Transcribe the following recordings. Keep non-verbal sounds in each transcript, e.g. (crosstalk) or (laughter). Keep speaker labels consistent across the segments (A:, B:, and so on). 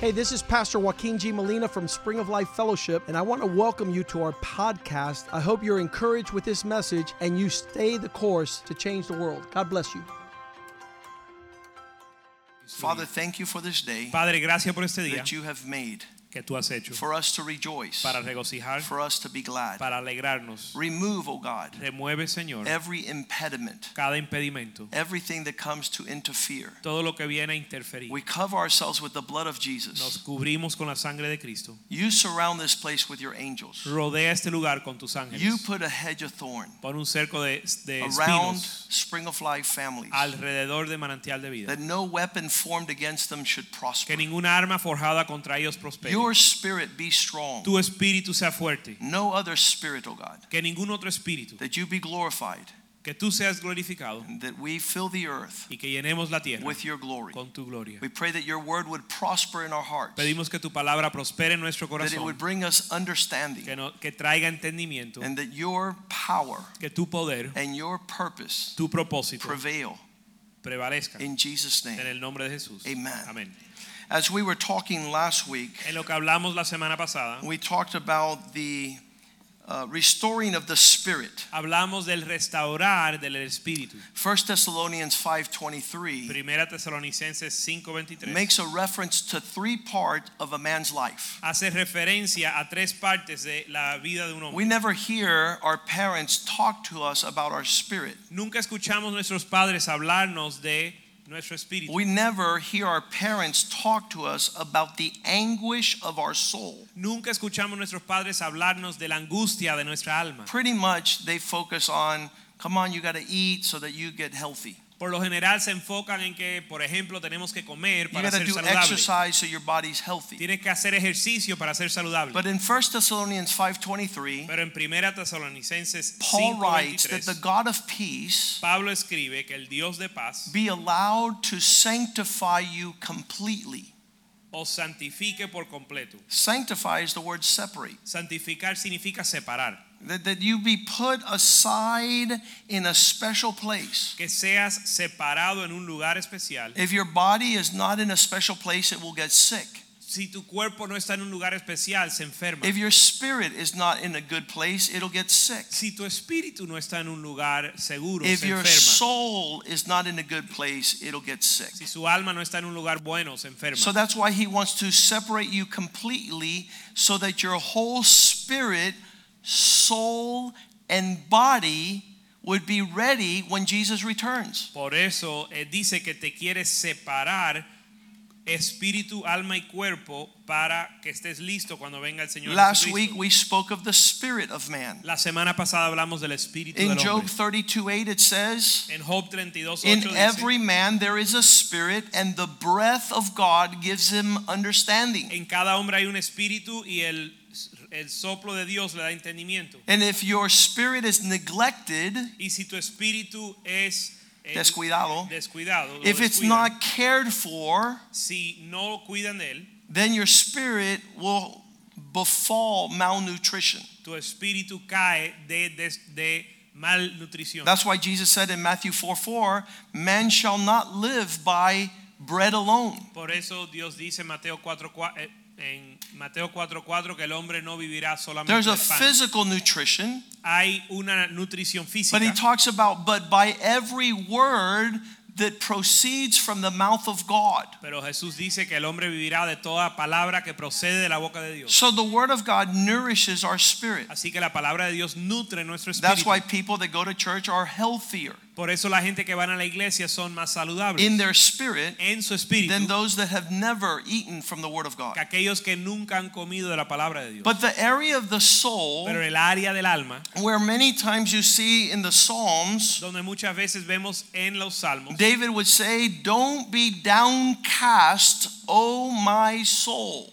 A: Hey, this is Pastor Joaquin G. Molina from Spring of Life Fellowship, and I want to welcome you to our podcast. I hope you're encouraged with this message and you stay the course to change the world. God bless you.
B: Father, thank you for this day
C: Padre, gracias por este día
B: that you have made
C: que tú has hecho
B: for us to rejoice,
C: para regocijar,
B: for us to be glad.
C: para alegrarnos.
B: Remove, O God,
C: Remueve, Señor,
B: every impediment,
C: cada impedimento,
B: everything that comes to interfere.
C: todo lo que viene a interferir.
B: We cover ourselves with the blood of
C: Nos
B: Jesus.
C: cubrimos con la sangre de Cristo.
B: You surround this place with your angels.
C: Rodea este lugar con tus
B: You
C: ángeles.
B: put a hedge of thorn
C: Pon un cerco de, de
B: around
C: Eh, espinos
B: Spring of Life families
C: alrededor de manantial de vida.
B: that no weapon formed against them should prosper.
C: Que ninguna arma forjada contra ellos prospere.
B: Your spirit be strong.
C: Tu espíritu sea fuerte.
B: No other spirit, O God.
C: Que ningún otro espíritu.
B: That you be glorified,
C: Que tú seas glorificado
B: and that we fill the earth
C: y que llenemos la tierra
B: with your glory.
C: con tu gloria.
B: We pray that your word would prosper in our hearts, that
C: Pedimos que tu palabra prospere en nuestro
B: it
C: corazón.
B: would bring us
C: que,
B: understanding,
C: no- que traiga entendimiento,
B: and that your power
C: que tu poder,
B: and your purpose
C: tu propósito
B: prevail
C: prevalezca
B: in Jesus'
C: en
B: name.
C: el nombre de Jesús.
B: Amen.
C: Amén.
B: As we were talking last week,
C: En lo que hablamos la semana pasada,
B: we talked about the uh, restoring of the spirit.
C: hablamos del restaurar del espíritu.
B: 1 Thessalonians 5:23
C: Primera Tesalonicenses 5:23
B: makes a reference to three parts of a man's life.
C: hace referencia a tres partes de la vida de un
B: We
C: hombre.
B: never hear our parents talk to us about our spirit.
C: Nunca escuchamos nuestros padres hablarnos de nuestro espíritu.
B: We never hear our parents talk to us about the anguish of our soul.
C: Nunca escuchamos nuestros padres hablarnos de la angustia de nuestra alma.
B: Pretty much they focus on, come on, you got to eat so that you get healthy.
C: Por lo general se enfocan en que, por ejemplo, tenemos que comer
B: You
C: para
B: got to
C: ser
B: do
C: saludables.
B: exercise so your body's healthy.
C: Tienes que hacer ejercicio para ser saludable.
B: But in 1 Thessalonians 5:23,
C: Pero en Primera Tesalonicenses
B: Paul writes that the
C: 5:23
B: God of peace
C: Pablo escribe que el Dios de paz
B: be allowed to sanctify you completely.
C: os santifique por completo.
B: Sanctify is the word separate.
C: Santificar significa separar,
B: That, that you be put aside in a special place.
C: que seas separado en un lugar especial.
B: If your body is not in a special place, it will get sick.
C: Si tu cuerpo no está en un lugar especial, se enferma.
B: If your spirit is not in a good place, it'll get sick.
C: Si tu espíritu no está en un lugar seguro,
B: If
C: se
B: your
C: enferma.
B: soul is not in a good place, it'll get
C: Si
B: sick.
C: su alma no está en un lugar bueno, se
B: So
C: enferma.
B: that's why he wants to separate you completely so that your whole spirit, soul, and body would be ready when Jesus returns.
C: Por eso eh, dice que te quiere separar espíritu, alma y cuerpo para que estés listo cuando venga el Señor.
B: Last
C: Jesucristo.
B: week we spoke of the spirit of man.
C: La semana pasada hablamos del espíritu
B: In
C: del
B: Job
C: hombre.
B: 32 8, it says,
C: En Job 32,
B: In
C: dice,
B: every man there is a spirit, and the breath of God gives him understanding.
C: en cada hombre hay un espíritu y el, el soplo de Dios le da entendimiento.
B: And if your spirit is neglected,
C: Y si tu espíritu es eh,
B: Descuidado.
C: descuidado, lo
B: if it's
C: descuidan,
B: not cared for,
C: si no cuidan de él,
B: then your spirit will befall malnutrition.
C: tu espíritu cae de, des- de malnutrición.
B: That's why Jesus said in Matthew 4 4, man shall not live by bread alone.
C: Por eso Dios dice en Mateo 4, cua- eh, en Mateo 4:4 que el hombre no vivirá solamente
B: There's a
C: del pan.
B: physical nutrition,
C: Hay una nutrición física,
B: but he talks about, but by every word that proceeds from the mouth of God.
C: pero Jesús dice que el hombre vivirá de toda palabra que procede de la boca de Dios.
B: So the word of God nourishes our spirit.
C: Así que la palabra de Dios nutre nuestro
B: That's
C: espíritu.
B: why people that go to church are healthier
C: Por eso la gente que van a la iglesia son más saludables
B: in their spirit
C: en su
B: than
C: espíritu
B: those that have never eaten from the word of God.
C: que aquellos que nunca han comido de la palabra de Dios.
B: But the area of the soul
C: Pero el área del alma,
B: where many times you see in the Psalms,
C: donde muchas veces vemos en los salmos,
B: David would say, Don't be downcast, O my soul.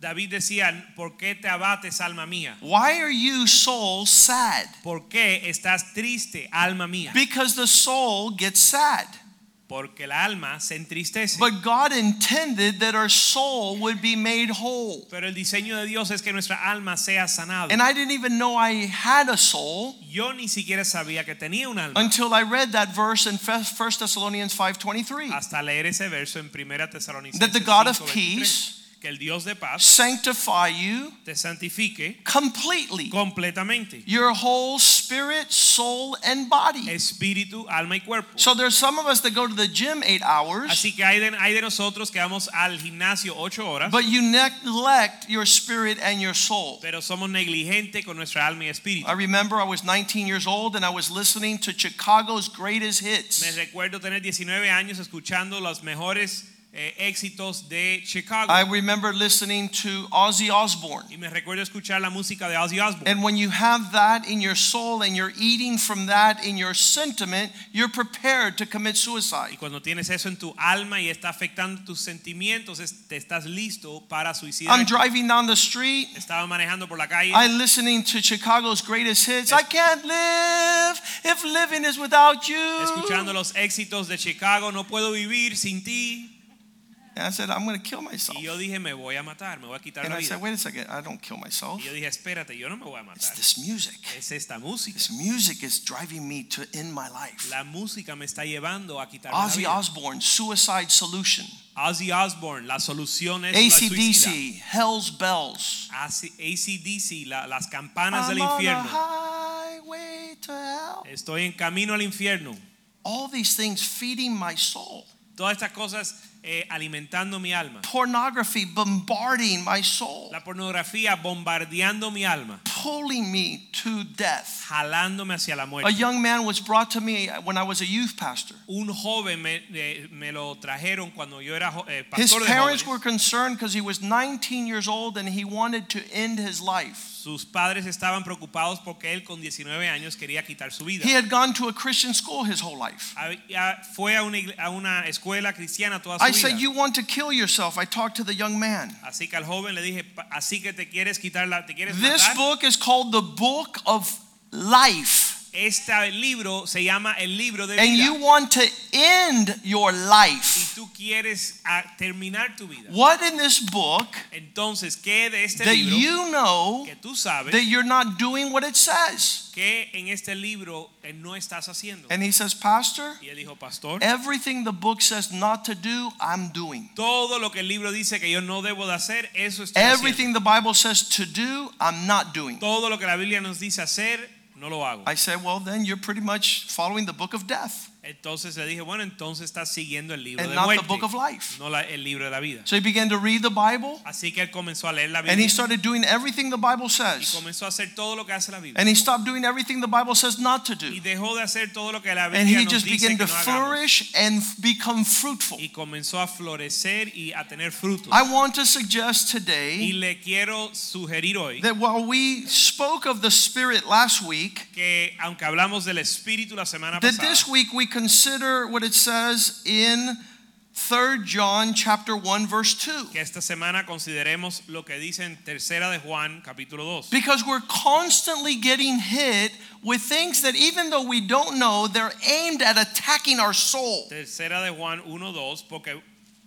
C: David decía, ¿por qué te abates, alma mía?
B: Why are you, soul, sad?
C: ¿Por qué estás triste, alma mía?
B: Because the soul gets sad.
C: Porque el alma se entristece.
B: But God intended that our soul would be made whole.
C: Pero el diseño de Dios es que nuestra alma sea sanada.
B: And I didn't even know I had a soul
C: Yo ni siquiera sabía que tenía un alma
B: until I read that verse in 1 Thessalonians 5:23.
C: Ah, hasta leer ese verso en Primera
B: That
C: Tesalonicenses
B: the God of
C: 5:23,
B: peace
C: que el Dios de paz
B: sanctify you
C: te santifique
B: completely,
C: completamente,
B: your whole spirit, soul, and body.
C: espíritu, alma y cuerpo.
B: So there's some of us that go to the gym eight hours,
C: Así que hay de, hay de nosotros que vamos al gimnasio ocho horas,
B: but you neglect your spirit and your soul.
C: pero somos negligentes con nuestra alma y espíritu.
B: I remember I was 19 years old and I was listening to Chicago's greatest
C: Me
B: hits.
C: recuerdo tener 19 años escuchando los mejores eh, éxitos de Chicago
B: I remember listening to Ozzy Osbourne.
C: y me recuerdo escuchar la música de Ozzy Osbourne.
B: And when you have that in your soul and you're eating from that in your sentiment, you're prepared to commit
C: Y
B: suicide.
C: cuando tienes eso en tu alma y está afectando tus sentimientos, es- te estás listo para
B: I'm
C: suicidar.
B: driving down the street.
C: Estaba manejando por la calle.
B: I'm listening to Chicago's greatest hits. I can't live if living is without you.
C: escuchando los éxitos de Chicago, no puedo vivir sin ti.
B: And I said, I'm going to kill myself.
C: Y yo dije, me voy a matar, me voy a quitar
B: And
C: la
B: I
C: vida.
B: said, wait a second, I don't kill myself.
C: Y yo dije, espérate, yo no me voy a
B: It's
C: matar.
B: this music.
C: Es esta música.
B: This music is driving me to end my life.
C: La música me está llevando a quitar la
B: Ozzy
C: vida.
B: Osbourne, Suicide Solution.
C: Ozzy Osbourne, la solución es la suicida.
B: ACDC, Hell's Bells.
C: AC- ACDC, la- las campanas
B: I'm
C: del
B: on a
C: infierno.
B: highway to hell.
C: Estoy en camino al infierno.
B: All these things feeding my soul.
C: Todas estas cosas eh, alimentando mi alma.
B: Pornography bombarding my soul,
C: La pornografía bombardeando mi alma,
B: pulling me to death.
C: jalándome hacia la
B: A
C: muerte.
B: young man was brought to me when I was a youth pastor.
C: Un joven me, eh, me lo trajeron cuando yo era jo- eh,
B: His
C: pastor de jóvenes.
B: parents were concerned because he was 19 years old and he wanted to end his life.
C: Sus padres estaban preocupados porque él con 19 años quería quitar su vida.
B: He had gone to a Christian school his whole life.
C: Había- fue a una, igle- a una escuela cristiana toda su
B: I
C: vida.
B: said, You want to kill yourself. I talked to the young man.
C: Así que al joven le dije, "Pa- así que te quieres quitar la, te quieres
B: This
C: matar.
B: book is called The Book of Life.
C: Este libro se llama el libro de
B: and
C: vida.
B: you want to end your life,
C: y tú quieres ah, terminar tu vida.
B: what in this book
C: Entonces, ¿qué de este
B: that
C: libro
B: you know
C: que tú sabes
B: that you're not doing what it says?
C: que en este libro eh, no estás haciendo?
B: And he says, Pastor,
C: Y él dijo, pastor,
B: everything the book says not to do, I'm doing.
C: todo lo que el libro dice que yo no debo de hacer, eso estoy haciendo.
B: Everything the Bible says to do, I'm not doing.
C: Todo lo que la Biblia nos dice hacer, no lo hago.
B: I said, Well, then you're pretty much following the book of death
C: Entonces le dije, bueno, entonces estás siguiendo el libro
B: and
C: de
B: not the
C: muerte,
B: book of life.
C: no la- el libro de la vida.
B: So he began to read the Bible
C: Así que él comenzó a leer la
B: and
C: Biblia
B: he started doing everything the Bible
C: y
B: says.
C: comenzó a hacer todo lo que hace la Biblia.
B: And he stopped doing everything the Bible says not to do.
C: Y dejó de hacer todo lo que la
B: And
C: Biblia
B: he
C: nos
B: just
C: dice que
B: began
C: no
B: to
C: hagamos.
B: flourish and f- become fruitful.
C: Y comenzó a florecer y a tener frutos.
B: I want to suggest
C: Y
B: today
C: le quiero sugerir hoy
B: that while we spoke of the Spirit last week,
C: que aunque hablamos del espíritu la semana
B: that
C: pasada,
B: this week we consider what it says in 3 John chapter 1 verse 2.
C: que esta semana consideremos lo que dice en tercera de Juan capítulo 2.
B: Because we're constantly getting hit with things that even though we don't know, they're aimed at attacking our soul.
C: Tercera de Juan 1:2 porque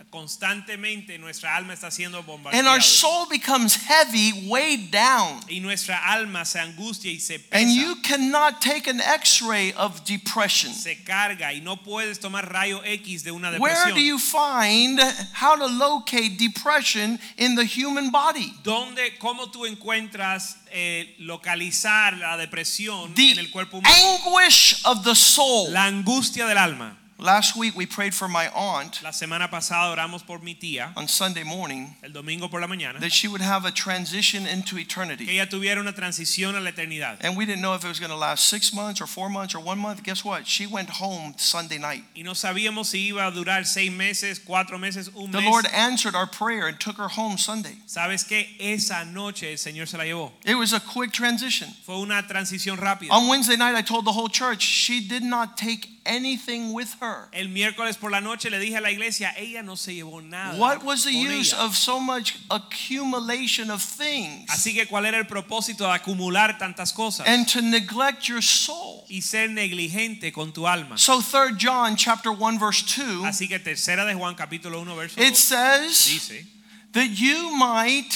C: constantemente nuestra alma está siendo
B: And our
C: bombardeada
B: soul becomes heavy, weighed down.
C: y nuestra alma se angustia y se
B: And
C: pesa,
B: you cannot take an x-ray of depression.
C: se carga y no puedes tomar rayo X de una
B: Where
C: depresión.
B: do you find how to locate depression in the human body?
C: ¿Dónde, cómo tú encuentras eh, localizar la depresión en
B: The
C: el cuerpo humano?
B: anguish of the soul.
C: La angustia del alma.
B: Last week we prayed for my aunt
C: La semana pasada oramos por mi tía
B: on Sunday morning
C: el domingo por la mañana
B: that she would have a transition into
C: que
B: eternity.
C: ella tuviera una transición a la eternidad.
B: And we didn't know if it was going to last six months or four months or one month. Guess what? She went home Sunday night.
C: Y no sabíamos si iba a durar seis meses, cuatro meses, un
B: The
C: mes.
B: Lord eh. answered our prayer and took her home Sunday.
C: ¿Sabes qué? Esa noche el Señor se la llevó.
B: It was a quick transition.
C: Fue una transición rápida.
B: On Wednesday night, I told the whole church she did not take anything with her.
C: El miércoles por la noche le dije a la iglesia, ella no se llevó nada.
B: What was the
C: con
B: use
C: ella.
B: of so much accumulation of things
C: Así que cuál era el propósito de acumular tantas cosas
B: and to neglect your soul?
C: y ser negligente con tu alma.
B: So 3 John chapter 1 verse 2
C: Así que tercera de Juan capítulo 1 verso
B: it
C: 2
B: says
C: dice
B: that you might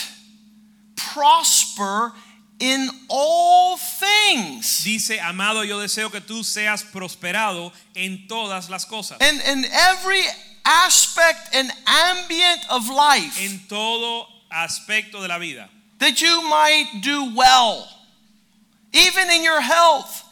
B: prosper in all things.
C: Dice, amado, yo deseo que tú seas prosperado en todas las cosas.
B: And in every aspect and ambient of life
C: en todo aspecto de la vida.
B: that you might do well, even in your health,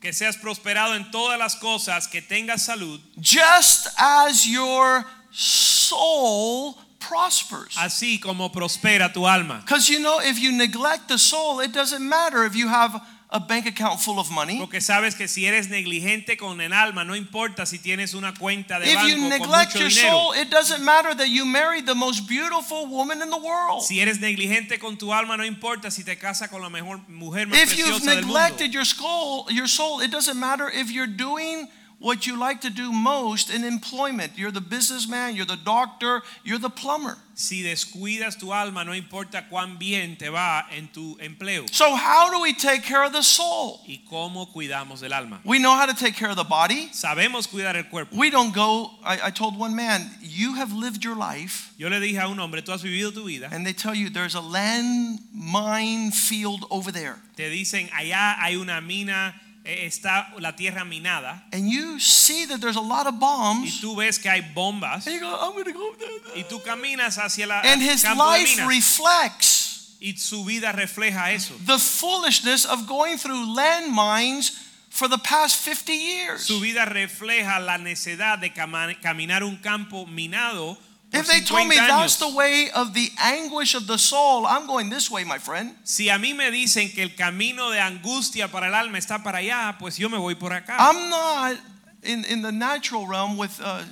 C: Que seas prosperado en todas las cosas, que tengas salud,
B: just as your soul prospers.
C: así como prospera tu alma.
B: Because you know, if you neglect the soul, it doesn't matter if you have a bank account full of money.
C: Porque sabes que si eres negligente con el alma, no importa si tienes una cuenta de
B: If you
C: banco con
B: neglect
C: mucho
B: your
C: dinero.
B: soul, it doesn't matter that you married the most beautiful woman in the world.
C: Si eres negligente con tu alma, no importa si te casas con la mejor mujer más
B: If you've
C: preciosa del mundo.
B: neglected your soul, your soul, it doesn't matter if you're doing what you like to do most in employment. You're the businessman, you're the doctor, you're the plumber.
C: Si descuidas tu alma, no importa cuán bien te va en tu empleo.
B: So how do we take care of the soul?
C: ¿Y cómo cuidamos del alma?
B: We know how to take care of the body.
C: Sabemos cuidar el cuerpo.
B: We don't go. I, I told one man, you have lived your life,
C: Yo le dije a un hombre, tú has vivido tu vida.
B: and they tell you there's a land mine field over there,
C: Te dicen, allá hay una mina, eh, está la tierra minada.
B: and you see that there's a lot of
C: Y
B: bombs,
C: tú ves que hay bombas.
B: and you go, I'm gonna go. there,
C: Y
B: there."
C: tú caminas hacia la
B: And his
C: campo de
B: life
C: minas.
B: reflects.
C: y su vida refleja eso.
B: the foolishness of going through landmines for the past 50 years.
C: Su vida refleja la necedad de cama- caminar un campo minado por
B: If they told me
C: 50 años.
B: that's the way of the anguish of the soul, I'm going this way, my friend.
C: Si a mí me dicen que el camino de angustia para el alma está para allá, pues yo me voy por acá.
B: I'm not in, in the natural realm with uh,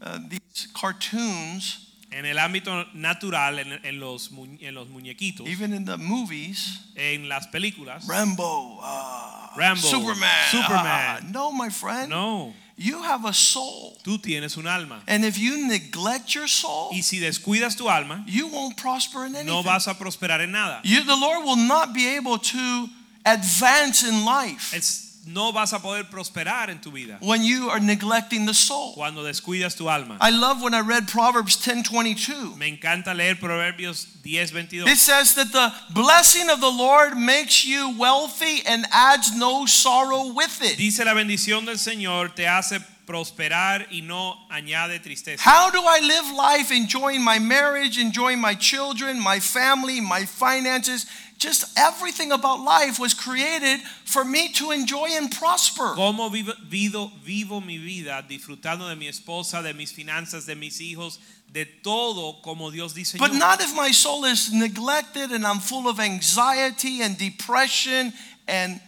B: uh, these cartoons,
C: en el ámbito natural, en, en los, mu- en los muñequitos,
B: even in the movies.
C: en las películas.
B: Rambo, uh,
C: Rambo,
B: Superman.
C: Superman.
B: ah. (laughs) no, my friend.
C: No,
B: You have a soul.
C: tú tienes un alma.
B: And if you neglect your soul,
C: Y si descuidas tu alma,
B: you won't prosper in Oh. anything.
C: no vas a prosperar en nada.
B: You, the Lord will not be able to advance in life
C: Es- no vas a poder prosperar en tu vida
B: when you are neglecting the soul.
C: cuando descuidas tu alma.
B: I love when I read Proverbs 10:22.
C: Me encanta leer Proverbios 10, 22.
B: It says that the blessing of the Lord makes you wealthy and adds no sorrow with it.
C: Dice la bendición del Señor te hace prosperar y no añade tristeza.
B: How do I live life enjoying my marriage, enjoying my children, my family, my finances? Just everything about life was created for me to enjoy and prosper.
C: ¿Cómo vivo, vivo, vivo mi vida disfrutando de mi esposa, de mis finanzas, de mis hijos, de todo como Dios diseñó?
B: But not if my soul is neglected and I'm full of anxiety and depression and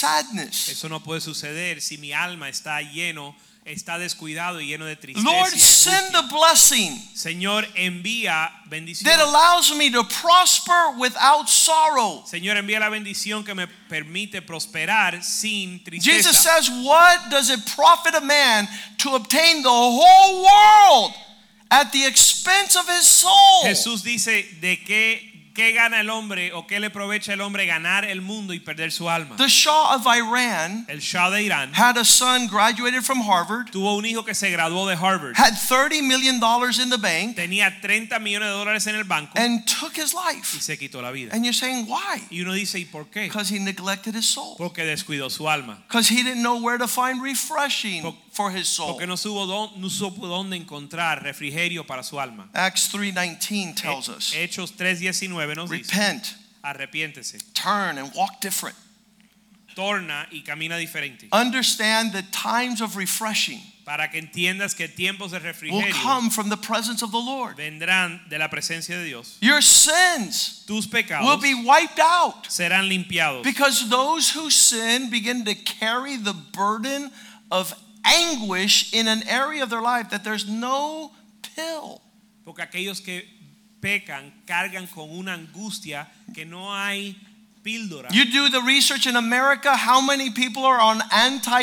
B: sadness.
C: Eso no puede suceder si mi alma está lleno, está descuidado y lleno de tristeza.
B: Lord,
C: y de
B: send
C: angustia.
B: the blessing
C: Señor, envía bendición.
B: that allows me to prosper without sorrow.
C: Señor, envía la bendición que me permite prosperar sin tristeza.
B: Jesus says, What does it profit a man to obtain the whole world at the expense of his soul?
C: Jesús dice de qué, qué gana el hombre o qué le aprovecha el hombre ganar el mundo y perder su alma.
B: The Shah of Iran
C: El Shah de Irán
B: had a son graduated from Harvard,
C: tuvo un hijo que se graduó de Harvard,
B: had $30 million in the bank,
C: tenía 30 millones de dólares en el banco
B: and took his
C: y
B: life.
C: se quitó la vida.
B: And you're saying, Why?
C: Y uno dice, ¿y por qué?
B: Because he neglected his soul.
C: Porque descuidó su alma.
B: Because he didn't know where to find refreshing
C: Por-
B: for his soul.
C: Porque no, supo dó- no supo dónde encontrar refrigerio para su alma.
B: Acts 3:19 tells us,
C: Hechos 3:19 nos dice,
B: "Repent,
C: arrepiéntese,
B: turn and walk different.
C: torna y camina diferente,
B: Understand that times of refreshing
C: para que entiendas que tiempos de
B: will
C: refrigerio
B: Oh. come from the presence of the Lord.
C: vendrán de la presencia de Dios.
B: Your sins
C: Tus
B: will
C: pecados
B: be wiped out
C: serán limpiados.
B: because those who sin begin to carry the burden of anguish in an area of their life that there's no pill.
C: Porque aquellos que pecan cargan con una angustia que no hay píldora.
B: You do the research in America, how many people are on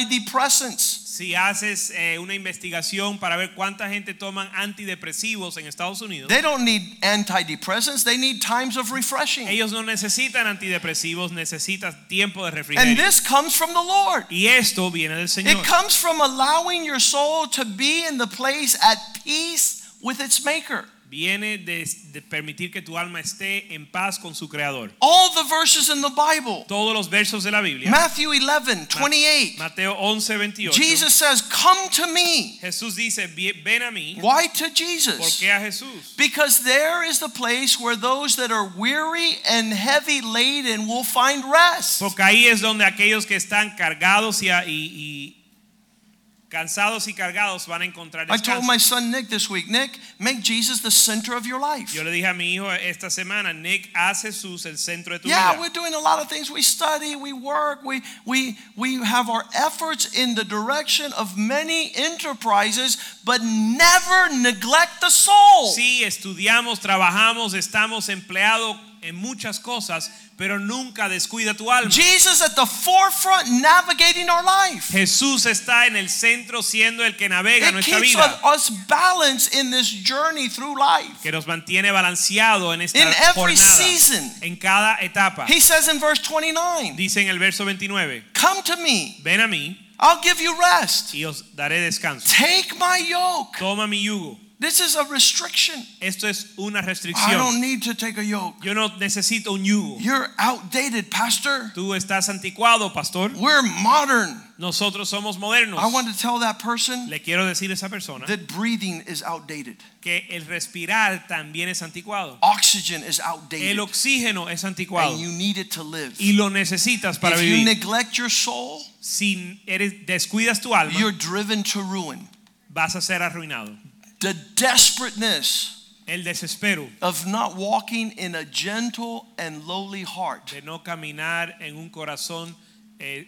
B: antidepressants?
C: Si haces eh, una investigación para ver cuánta gente toman antidepresivos en Estados Unidos,
B: They don't need antidepressants, they need times of refreshing.
C: ellos no necesitan antidepresivos, necesitan tiempo de
B: And
C: refrigerio.
B: this comes from the Lord.
C: Y esto viene del Señor.
B: It comes from allowing your soul to be in the place at peace with its maker.
C: Viene de, de permitir que tu alma esté en paz con su creador.
B: All the verses in the Bible.
C: Todos los versos de la Biblia.
B: Matthew 11, 28.
C: Mateo 11, 28.
B: Jesus says, Come to me.
C: Jesús dice, "Vie- ven a mí.
B: Why to
C: ¿Por
B: Jesus?
C: qué a Jesús?
B: Because there is the place where those that are weary and heavy laden will find rest.
C: Porque ahí es donde aquellos que están cargados y, a- y- y cansados y cargados van a encontrar
B: I told
C: descanso.
B: my son Nick this week, Nick, make Jesus the center of your life.
C: Yo le dije a mi hijo esta semana, Nick, haz Jesús el centro de tu
B: Yeah, we're
C: vida.
B: doing a lot of things. We study, we work, we, we, we have our efforts in the direction of many enterprises, but never neglect the soul.
C: Sí, estudiamos, trabajamos, estamos empleados en muchas cosas, pero nunca descuida tu alma.
B: Jesus at the forefront navigating our life.
C: Jesús está en el centro siendo el que navega
B: It
C: nuestra
B: keeps
C: vida,
B: us balanced in this journey through life.
C: que nos mantiene balanceado en esta
B: In every
C: jornada,
B: season.
C: en cada etapa.
B: He says in verse 29,
C: Dice en el verso 29,
B: Come to me,
C: ven a mí
B: I'll give you rest.
C: y os daré descanso.
B: Take my yoke.
C: Toma mi yugo.
B: This is a restriction.
C: Esto es una
B: I
C: restricción.
B: don't need to take a yoke.
C: Yo no necesito un yugo.
B: You're outdated, Pastor.
C: Tú estás anticuado, pastor.
B: We're modern.
C: Nosotros somos modernos.
B: I want to tell that person
C: Le quiero decir a esa persona
B: that breathing is outdated,
C: que el respirar también es anticuado.
B: oxygen is
C: El
B: outdated,
C: oxígeno es anticuado
B: and you need it to live.
C: y lo necesitas para
B: If you
C: vivir.
B: neglect your soul,
C: Si eres, descuidas tu alma,
B: you're driven to ruin.
C: vas a ser arruinado.
B: The desperateness
C: El desespero
B: of not walking in a gentle and lowly heart,
C: de no caminar en un corazón eh,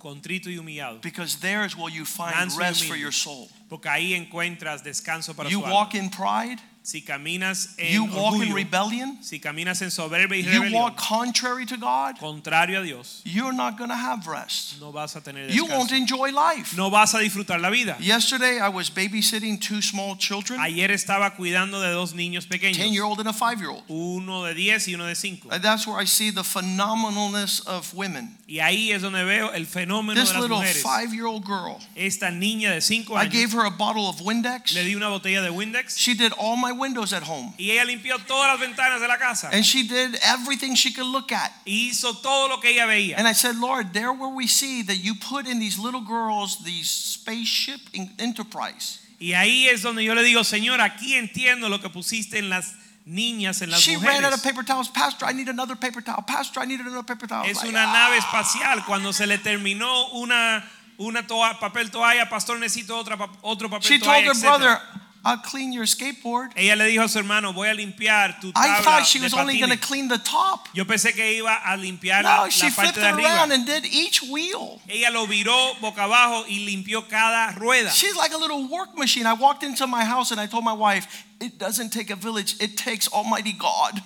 C: contrito y humillado,
B: because there is where you find
C: Manso y
B: rest for
C: humilde.
B: your soul.
C: porque ahí encuentras descanso para
B: You
C: tu alma.
B: walk in pride,
C: si caminas en
B: you walk in
C: orgullo,
B: rebellion,
C: si caminas en soberbia y
B: you
C: rebelión,
B: walk contrary to God,
C: contrario a Dios,
B: you're not going to have rest.
C: no vas a tener
B: You won't
C: descanso.
B: enjoy life.
C: No vas a disfrutar la vida.
B: Yesterday, I was babysitting two small children,
C: Ayer estaba cuidando de dos niños pequeños,
B: ten-year-old and a five-year-old.
C: uno de 10 y uno de 5.
B: And that's where I see the phenomenalness of women.
C: Y ahí es donde veo el fenómeno
B: This
C: de las
B: little
C: mujeres.
B: five-year-old girl,
C: Esta niña de 5
B: I
C: años
B: gave her a bottle of Windex.
C: le di una botella de Windex
B: She did all my windows at home.
C: y ella limpió todas las ventanas de la casa.
B: And she did everything she could look at.
C: Y hizo todo lo que ella veía.
B: And I said, Lord, there where we see that you put in these little girls these spaceship en- enterprise.
C: Y ahí es donde yo le digo, Señor, aquí entiendo lo que pusiste en las niñas, en las
B: She ran out of
C: mujeres.
B: paper towels. Pastor, I need another paper towel. Pastor, I need another paper towel. I
C: Es
B: was like,
C: una
B: "Ah."
C: nave espacial. Cuando se le terminó una, una toa- papel toalla, pastor, necesito otra, pa- otro papel
B: She told
C: toalla,
B: her
C: etcétera.
B: brother, I'll clean your skateboard.
C: Ella le dijo a su hermano, voy a limpiar tu tabla
B: I thought she
C: de
B: was only going to
C: patines.
B: clean the top.
C: Yo pensé que iba a limpiar la-
B: No,
C: la
B: she
C: parte
B: flipped
C: de
B: it
C: arriba.
B: around and did each wheel.
C: Ella lo viró boca abajo y limpió cada rueda.
B: She's like a little work machine. I walked into my house and I told my wife, it doesn't take a village, it takes Almighty God.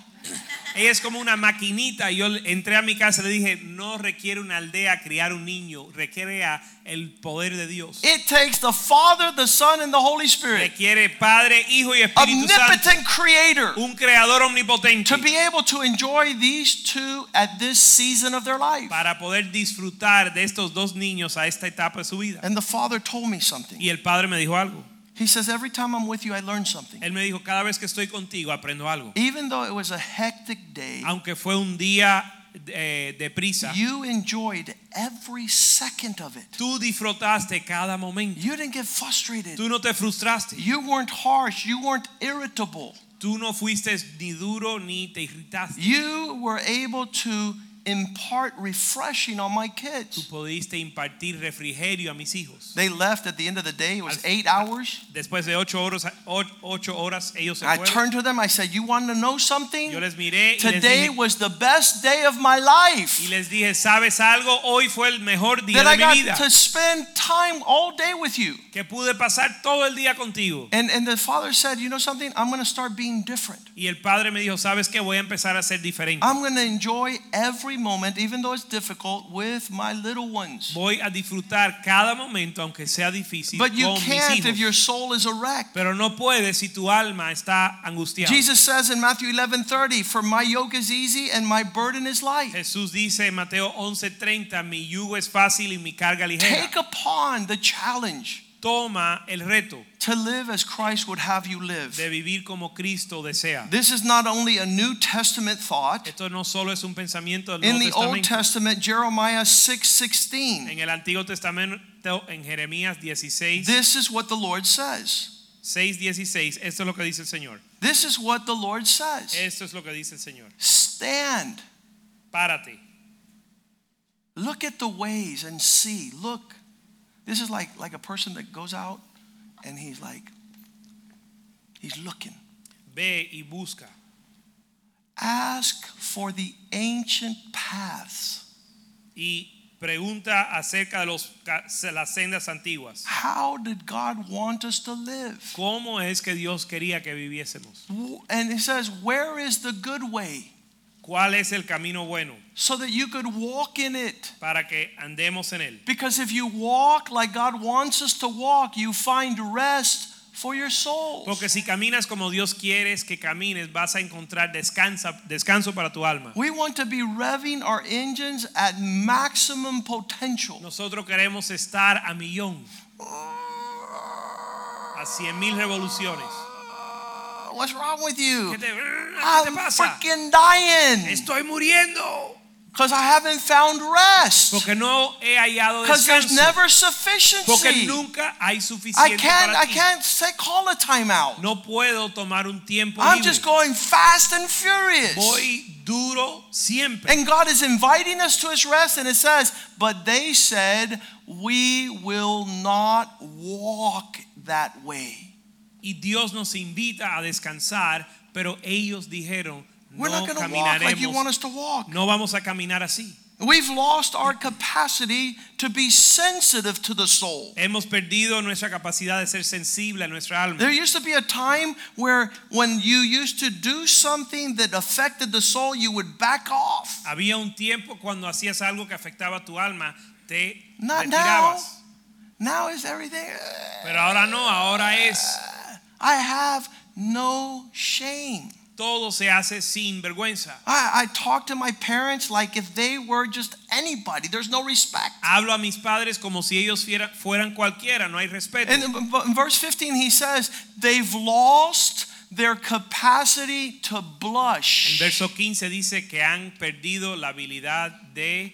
C: Ella es como una maquinita. Yo le- entré a mi casa y le dije, no requiere una aldea criar un niño, requiere a- el poder de Dios.
B: It takes the Father, the Son, and the Holy Spirit,
C: Requiere Padre, Hijo y Espíritu Santo,
B: omnipotent Creator,
C: un creador omnipotente
B: to be able to enjoy these two at this season of their life.
C: para poder disfrutar de estos dos niños a esta etapa de su vida.
B: And the Father told me something.
C: Y el Padre me dijo algo.
B: He says, Every time I'm with you, I learn something.
C: Él me dijo, cada vez que estoy contigo aprendo algo.
B: Even though it was a hectic day,
C: aunque fue un día eh, de prisa,
B: you enjoyed every second of it.
C: tú disfrutaste cada momento.
B: You didn't get frustrated.
C: Tú no te frustraste.
B: You weren't harsh. You weren't irritable.
C: Tú no fuiste ni duro ni te irritaste.
B: You were able to impart refreshing on my
C: Tú
B: kids.
C: pudiste impartir refrigerio a mis hijos.
B: They left at the end of the day. It was eight hours.
C: Después de ocho horas, o- ocho horas ellos se
B: I
C: fueron.
B: turned to them. I said, You want to know
C: Yo
B: something?
C: les miré y les,
B: Today
C: dije,
B: was the best day of my
C: y
B: life.
C: les dije, ¿sabes algo? Hoy fue el mejor día
B: That I
C: de mi
B: got to
C: vida.
B: spend time all day with you.
C: Que pude pasar todo el día contigo.
B: And, and the father said, You know something? I'm going to start being different.
C: Y el padre me dijo, ¿sabes qué? Voy a empezar a ser diferente.
B: I'm going to enjoy every moment, even though it's difficult, with my little ones.
C: Voy a disfrutar cada momento, aunque sea difícil,
B: But you
C: con mis
B: can't
C: hijos.
B: if your soul is a wreck.
C: Pero no puedes si tu alma está angustiada.
B: Jesus says in Matthew 11:30, "For my yoke is easy and my burden is light."
C: Jesús dice en Mateo 11:30, mi yugo es fácil y mi carga ligera.
B: Take upon the challenge.
C: toma el reto
B: to live as Christ would have you live.
C: de vivir como Cristo desea.
B: This is not only a New Testament thought.
C: Esto no solo es un pensamiento del
B: In
C: Nuevo
B: the Old
C: Testamento.
B: Testament, Jeremiah 6:16,
C: En el Antiguo Testamento, en Jeremías 16,
B: this is what the Lord says.
C: 6, 16, esto es lo que dice el Señor.
B: This is what the Lord says.
C: Esto es lo que dice el Señor.
B: Stand.
C: Párate.
B: Look at the ways and see. Look. This is like like a person that goes out and he's like he's looking.
C: Ve y busca.
B: Ask for the ancient paths.
C: Y pregunta acerca de los, ca- las sendas antiguas.
B: How did God want us to live?
C: ¿Cómo es que Dios quería que viviésemos?
B: W- And he says, "Where is the good way
C: ¿Cuál es el camino bueno
B: so that you could walk in it?"
C: para que andemos en él?
B: Because if you walk like God wants us to walk, you find rest for your souls.
C: Porque si caminas como Dios quieres que camines, vas a encontrar descansa- descanso para tu alma.
B: We want to be revving our engines at maximum potential.
C: Nosotros queremos estar a millón, a cien mil revoluciones.
B: Uh, What's wrong with you?
C: ¿Qué te, ¿qué te
B: I'm
C: pasa?
B: freaking dying
C: Estoy muriendo
B: because I haven't found rest.
C: porque no he hallado
B: Because there's
C: descanso.
B: never
C: Porque
B: sufficiency.
C: nunca hay
B: I
C: suficiente
B: can't,
C: para
B: I
C: ti.
B: can't say, call a timeout.
C: No puedo tomar un tiempo
B: I'm
C: libre.
B: just going fast and furious.
C: Voy duro siempre.
B: And God is inviting us to his rest, and it says, But they said, We will not walk that way.
C: Y Dios nos invita a descansar, pero ellos dijeron,
B: We're
C: no
B: not going to walk like you want
C: caminaremos,
B: us to walk.
C: no vamos a caminar así.
B: We've lost our capacity to be sensitive to the soul.
C: Hemos perdido nuestra capacidad de ser sensible a nuestra alma.
B: There used to be a time where when you used to do something that affected the soul, you would back off.
C: Había un tiempo cuando hacías algo que afectaba a tu alma, te
B: Not
C: retirabas.
B: Now is everything.
C: Pero ahora no, ahora es
B: I have no shame.
C: todo se hace sin vergüenza.
B: I, I talk to my parents like if they were just anybody. There's no respect.
C: Hablo a mis padres como si ellos fiera- fueran cualquiera, no hay respeto.
B: And in in verse 15, he says, they've lost their capacity to
C: En
B: blush.
C: verso 15 dice que han perdido la habilidad de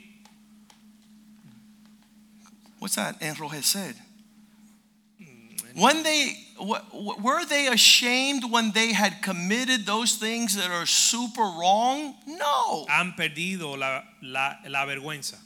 B: What's that? Enrojecer. When they wh- wh- were they ashamed when they had committed those things that are super wrong? No.
C: han perdido la- la- la vergüenza.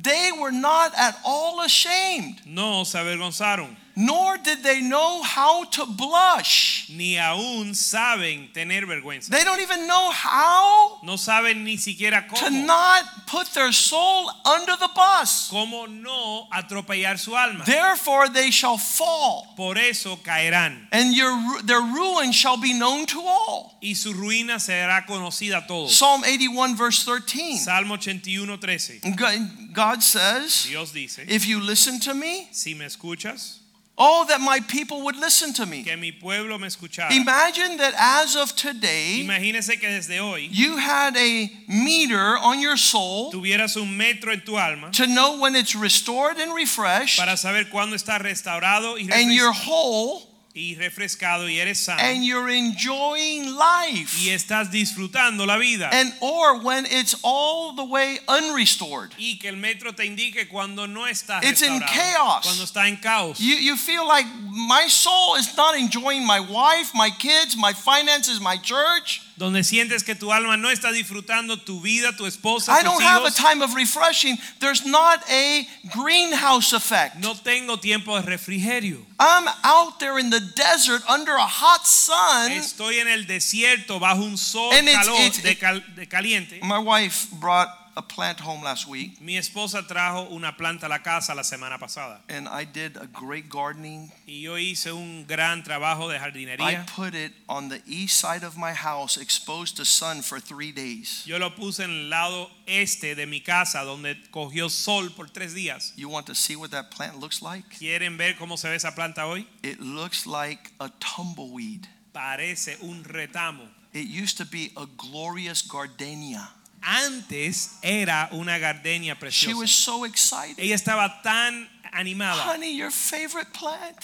B: They were not at all ashamed,
C: No se avergonzaron,
B: nor did they know how to blush.
C: ni aún saben tener vergüenza.
B: They don't even know how
C: No saben ni siquiera
B: to
C: cómo,
B: not put their soul under the bus.
C: cómo no atropellar su alma.
B: Therefore, they shall fall,
C: Por eso caerán
B: and your, ru- their ruin shall be known to all.
C: y su ruina será conocida a todos.
B: Psalm 81, verse 13.
C: Salmo 81, 13.
B: G- God says,
C: Dios dice,
B: If you listen to me,
C: si me escuchas,
B: oh, that my people would listen to me.
C: que mi pueblo me escuchara.
B: Imagine that as of today,
C: Imagínese que desde hoy
B: you had a meter on your soul
C: tuvieras un metro en tu alma
B: to know when it's restored and refreshed,
C: para saber cuándo está restaurado y,
B: and
C: refres-
B: you're whole,
C: y refrescado y eres sano
B: and you're enjoying life.
C: y estás disfrutando la vida.
B: and or when it's all the way unrestored.
C: y que el metro te indique cuando no está
B: It's in
C: restaurado,
B: chaos.
C: cuando está en caos.
B: You, you feel like my soul is not enjoying my wife, my kids, my finances, my church.
C: donde sientes que tu alma no está disfrutando tu vida, tu esposa,
B: I
C: tus
B: don't have a
C: hijos.
B: time of refreshing. There's not a greenhouse effect.
C: No tengo tiempo de refrigerio.
B: I'm out there in the desert under a hot sun.
C: Estoy en el desierto bajo un sol
B: And it's-
C: calor
B: it's-
C: de, cal- de caliente.
B: My wife brought a plant home last week,
C: Mi esposa trajo una planta a la casa la semana pasada
B: and I did a great gardening.
C: y yo hice un gran trabajo de
B: I
C: jardinería.
B: put it on the east side of my house, exposed to sun for three days.
C: Yo lo puse en el lado este de mi casa donde cogió sol por tres días.
B: You want to see what that plant looks like?
C: ¿Quieren ver cómo se ve esa planta hoy?
B: It looks like a tumbleweed.
C: Parece un retamo.
B: It used to be a glorious gardenia.
C: Antes era una gardenia
B: She was
C: preciosa.
B: so excited.
C: Ella estaba tan animada.
B: Honey, your favorite plant.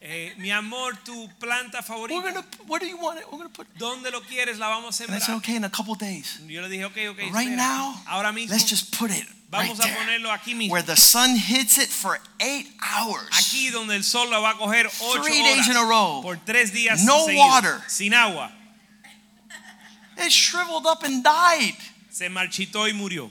C: Eh, mi amor, tu planta
B: We're
C: favorita.
B: gonna. What do you want? It. We're gonna put.
C: ¿Dónde lo quieres? La vamos a
B: And I said,
C: sembrar.
B: okay, in a couple days.
C: Yo le dije, ok, ok.
B: Right
C: espera.
B: now,
C: Ahora mismo,
B: let's just put it right
C: vamos a
B: there,
C: ponerlo aquí mismo.
B: where the sun hits it for eight hours.
C: Aquí donde el sol la va a coger ocho
B: Three
C: horas
B: days in a row.
C: por tres días
B: No
C: seguidos,
B: water.
C: sin agua.
B: It shriveled up and died.
C: Se marchitó y murió.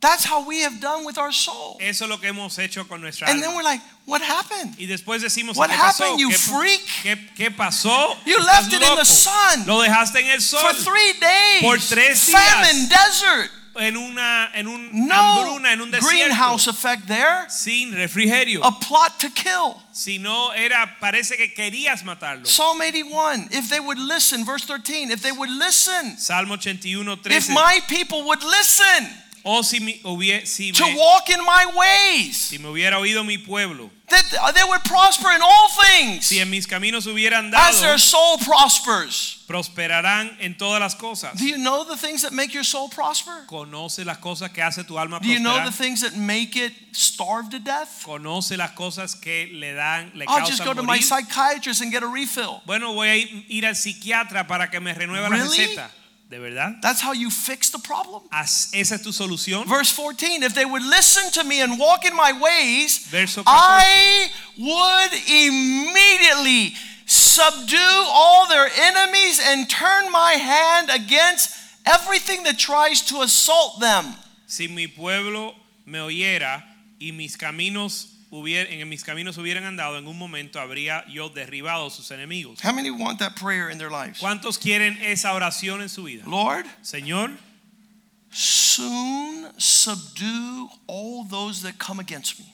B: That's how we have done with our soul.
C: Eso es lo que hemos hecho con nuestra
B: And
C: alma.
B: then we're like, what happened?
C: Y después decimos,
B: What
C: ¿qué pasó?
B: happened, you
C: ¿Qué,
B: freak?
C: ¿qué, qué pasó?
B: You
C: ¿Estás
B: left it in the
C: loco?
B: sun
C: Lo dejaste en el
B: For
C: sol.
B: three days,
C: Por tres
B: famine,
C: días.
B: desert,
C: en una en un
B: no
C: hambruna, en un desierto.
B: greenhouse effect there,
C: sin refrigerio.
B: a plot to kill.
C: Si no era, parece que querías matarlo.
B: Psalm 81, if they would listen, verse 13, if they would listen,
C: Salmo 81,
B: if
C: 13.
B: my people would listen
C: o oh, si me, hubie- si,
B: to
C: me,
B: walk in my ways,
C: si me hubiera oído mi pueblo,
B: that they would prosper in all things
C: si en mis caminos hubieran
B: as their
C: dado,
B: soul prospers.
C: prosperarán en todas las cosas.
B: Do you know the things that make your soul prosper?
C: Conoce las cosas que hace tu alma
B: Do you know the
C: prosperar.
B: things that make it starve to death?
C: Conoce las cosas que le dan, le
B: I'll just
C: causan
B: go to my
C: morir.
B: psychiatrist and get a refill.
C: Bueno, voy a ir, ir al psiquiatra para que me renueva la
B: Really?
C: receta. ¿De verdad?
B: That's how you fix the problem.
C: Haz- ¿Esa es tu solución?
B: Verse 14 If they would listen to me and walk in my ways,
C: Verso 14.
B: I would immediately subdue all their enemies and turn my hand against everything that tries to assault them.
C: si mi pueblo me oyera y mis caminos hubier- en mis caminos hubieran andado en un momento habría yo derribado sus enemigos.
B: How many want that prayer in their lives?
C: ¿Cuántos quieren esa oración en su vida?
B: Lord,
C: Señor,
B: soon subdue all those that come against me.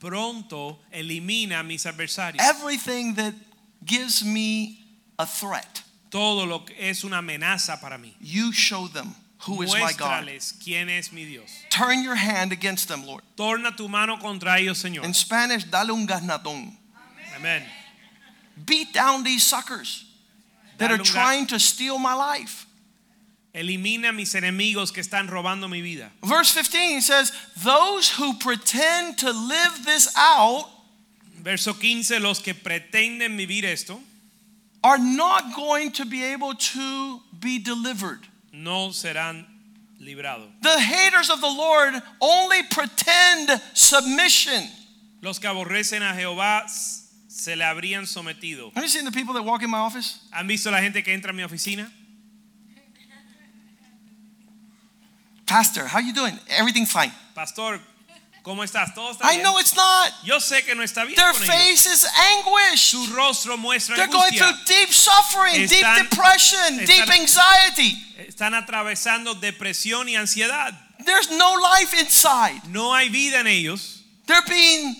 C: pronto elimina a mis adversarios.
B: Everything that gives me a threat,
C: Todo lo que es una amenaza para mí.
B: you show them who is my God.
C: Muéstrales quién es mi Dios.
B: Turn your hand against them, Lord.
C: Torna tu mano contra ellos, Señor.
B: In Spanish, dale un ganadón.
C: Amén.
B: Beat down these suckers that
C: Dale
B: are
C: un ga-
B: trying to steal my life.
C: Elimina a mis enemigos que están robando mi vida.
B: Verse 15 says, Those who pretend to live this out
C: Verso 15, los que pretenden vivir esto
B: are not going to be able to be delivered.
C: no serán librados.
B: The haters of the Lord only pretend submission.
C: Los que aborrecen a Jehová s- se le habrían sometido.
B: Have you seen the people that walk in my office?
C: ¿Han visto la gente que entra a mi oficina?
B: Pastor, how you doing? Everything fine.
C: Pastor, ¿cómo estás? ¿Todo está
B: I
C: bien?
B: know it's not.
C: Yo sé que no está bien
B: Their
C: con ellos.
B: face is anguish.
C: Su rostro muestra
B: They're going through
C: angustia.
B: deep suffering, deep
C: Están-
B: depression, deep
C: están-
B: anxiety.
C: Están atravesando depresión y ansiedad.
B: There's no life inside.
C: No hay vida en ellos.
B: They're being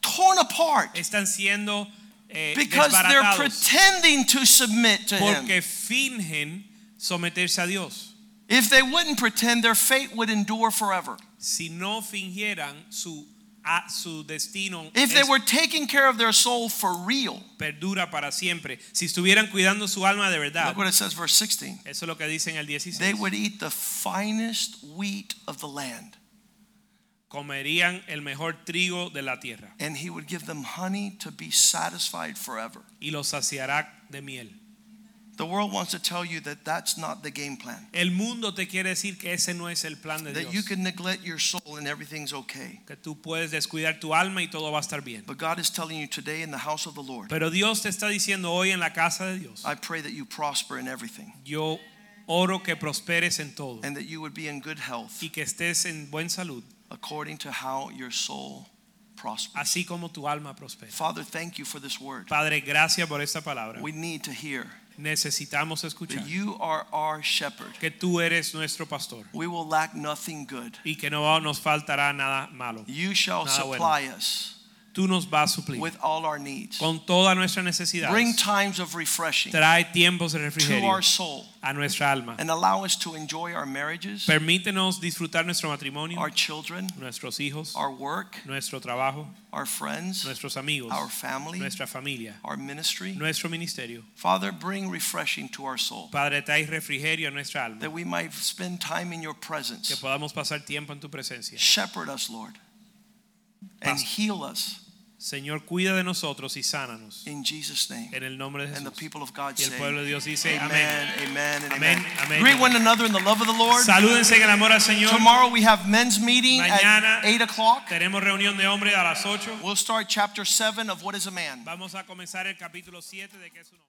B: torn apart
C: Están siendo eh,
B: because they're
C: desbaratados.
B: pretending to submit to Him.
C: porque fingen someterse a Dios.
B: If they wouldn't pretend, their fate would endure forever.
C: Si no fingieran su a- su destino
B: If they
C: es-
B: were taking care of their soul for real.
C: perdura para siempre. Si estuvieran cuidando su alma de verdad,
B: Look what it says, verse 16.
C: eso es lo que dice en el 16.
B: They would eat the finest wheat of the land,
C: Comerían el mejor trigo de la tierra
B: and He would give them honey to be satisfied forever.
C: y los saciará de miel.
B: The world wants to tell you that that's not the game plan.
C: El mundo te quiere decir que ese no es el plan de
B: that you
C: Dios.
B: can neglect your soul and everything's okay.
C: Que tú puedes descuidar tu alma y todo va a estar bien.
B: But God is telling you today in the house of the Lord,
C: Pero Dios te está diciendo hoy en la casa de Dios,
B: I pray that you prosper in everything
C: yo oro que prosperes en todo
B: and that you would be in good health
C: y que estés en buen salud,
B: according to how your soul prospers.
C: así como tu alma prospera.
B: Father, thank you for this word.
C: Padre, gracias por esta palabra.
B: We need to hear
C: Necesitamos escuchar
B: that you are our shepherd.
C: que tú eres nuestro pastor.
B: We will lack nothing good.
C: y que no nos faltará nada malo.
B: You shall
C: Nada Ah, bueno.
B: supply us
C: Tú nos vas a suplir
B: with all our needs.
C: con toda nuestra necesidad.
B: Bring times of refreshing
C: Trae tiempos de
B: to
C: refrigerio
B: our soul
C: a nuestra alma.
B: and allow us to enjoy our marriages,
C: Permítenos disfrutar nuestro matrimonio,
B: our children,
C: nuestros hijos,
B: our work,
C: nuestro trabajo,
B: our friends,
C: nuestros amigos,
B: our family,
C: nuestra familia,
B: our ministry.
C: nuestro ministerio.
B: Father, bring refreshing to our soul
C: Padre, trae refrigerio a nuestra alma.
B: that we might spend time in your
C: Que
B: presence.
C: podamos pasar tiempo en tu presencia.
B: Shepherd us, Lord. and heal us
C: Señor, cuida de nosotros y sánanos.
B: in Jesus' name.
C: En el nombre de
B: And the
C: Jesús.
B: people of God
C: Y el
B: say,
C: pueblo de Dios dice, amén.
B: Amen, amen, and
C: Amén,
B: amen.
C: amén,
B: Greet
C: amén.
B: one another in the love of the Lord.
C: Salúdense en el amor al Señor.
B: Tomorrow we have men's meeting
C: Mañana
B: at 8 o'clock.
C: Tenemos reunión de hombres a las 8.
B: We'll start chapter 7 of What is a Man.
C: Vamos a comenzar el capítulo 7 de que es un hombre.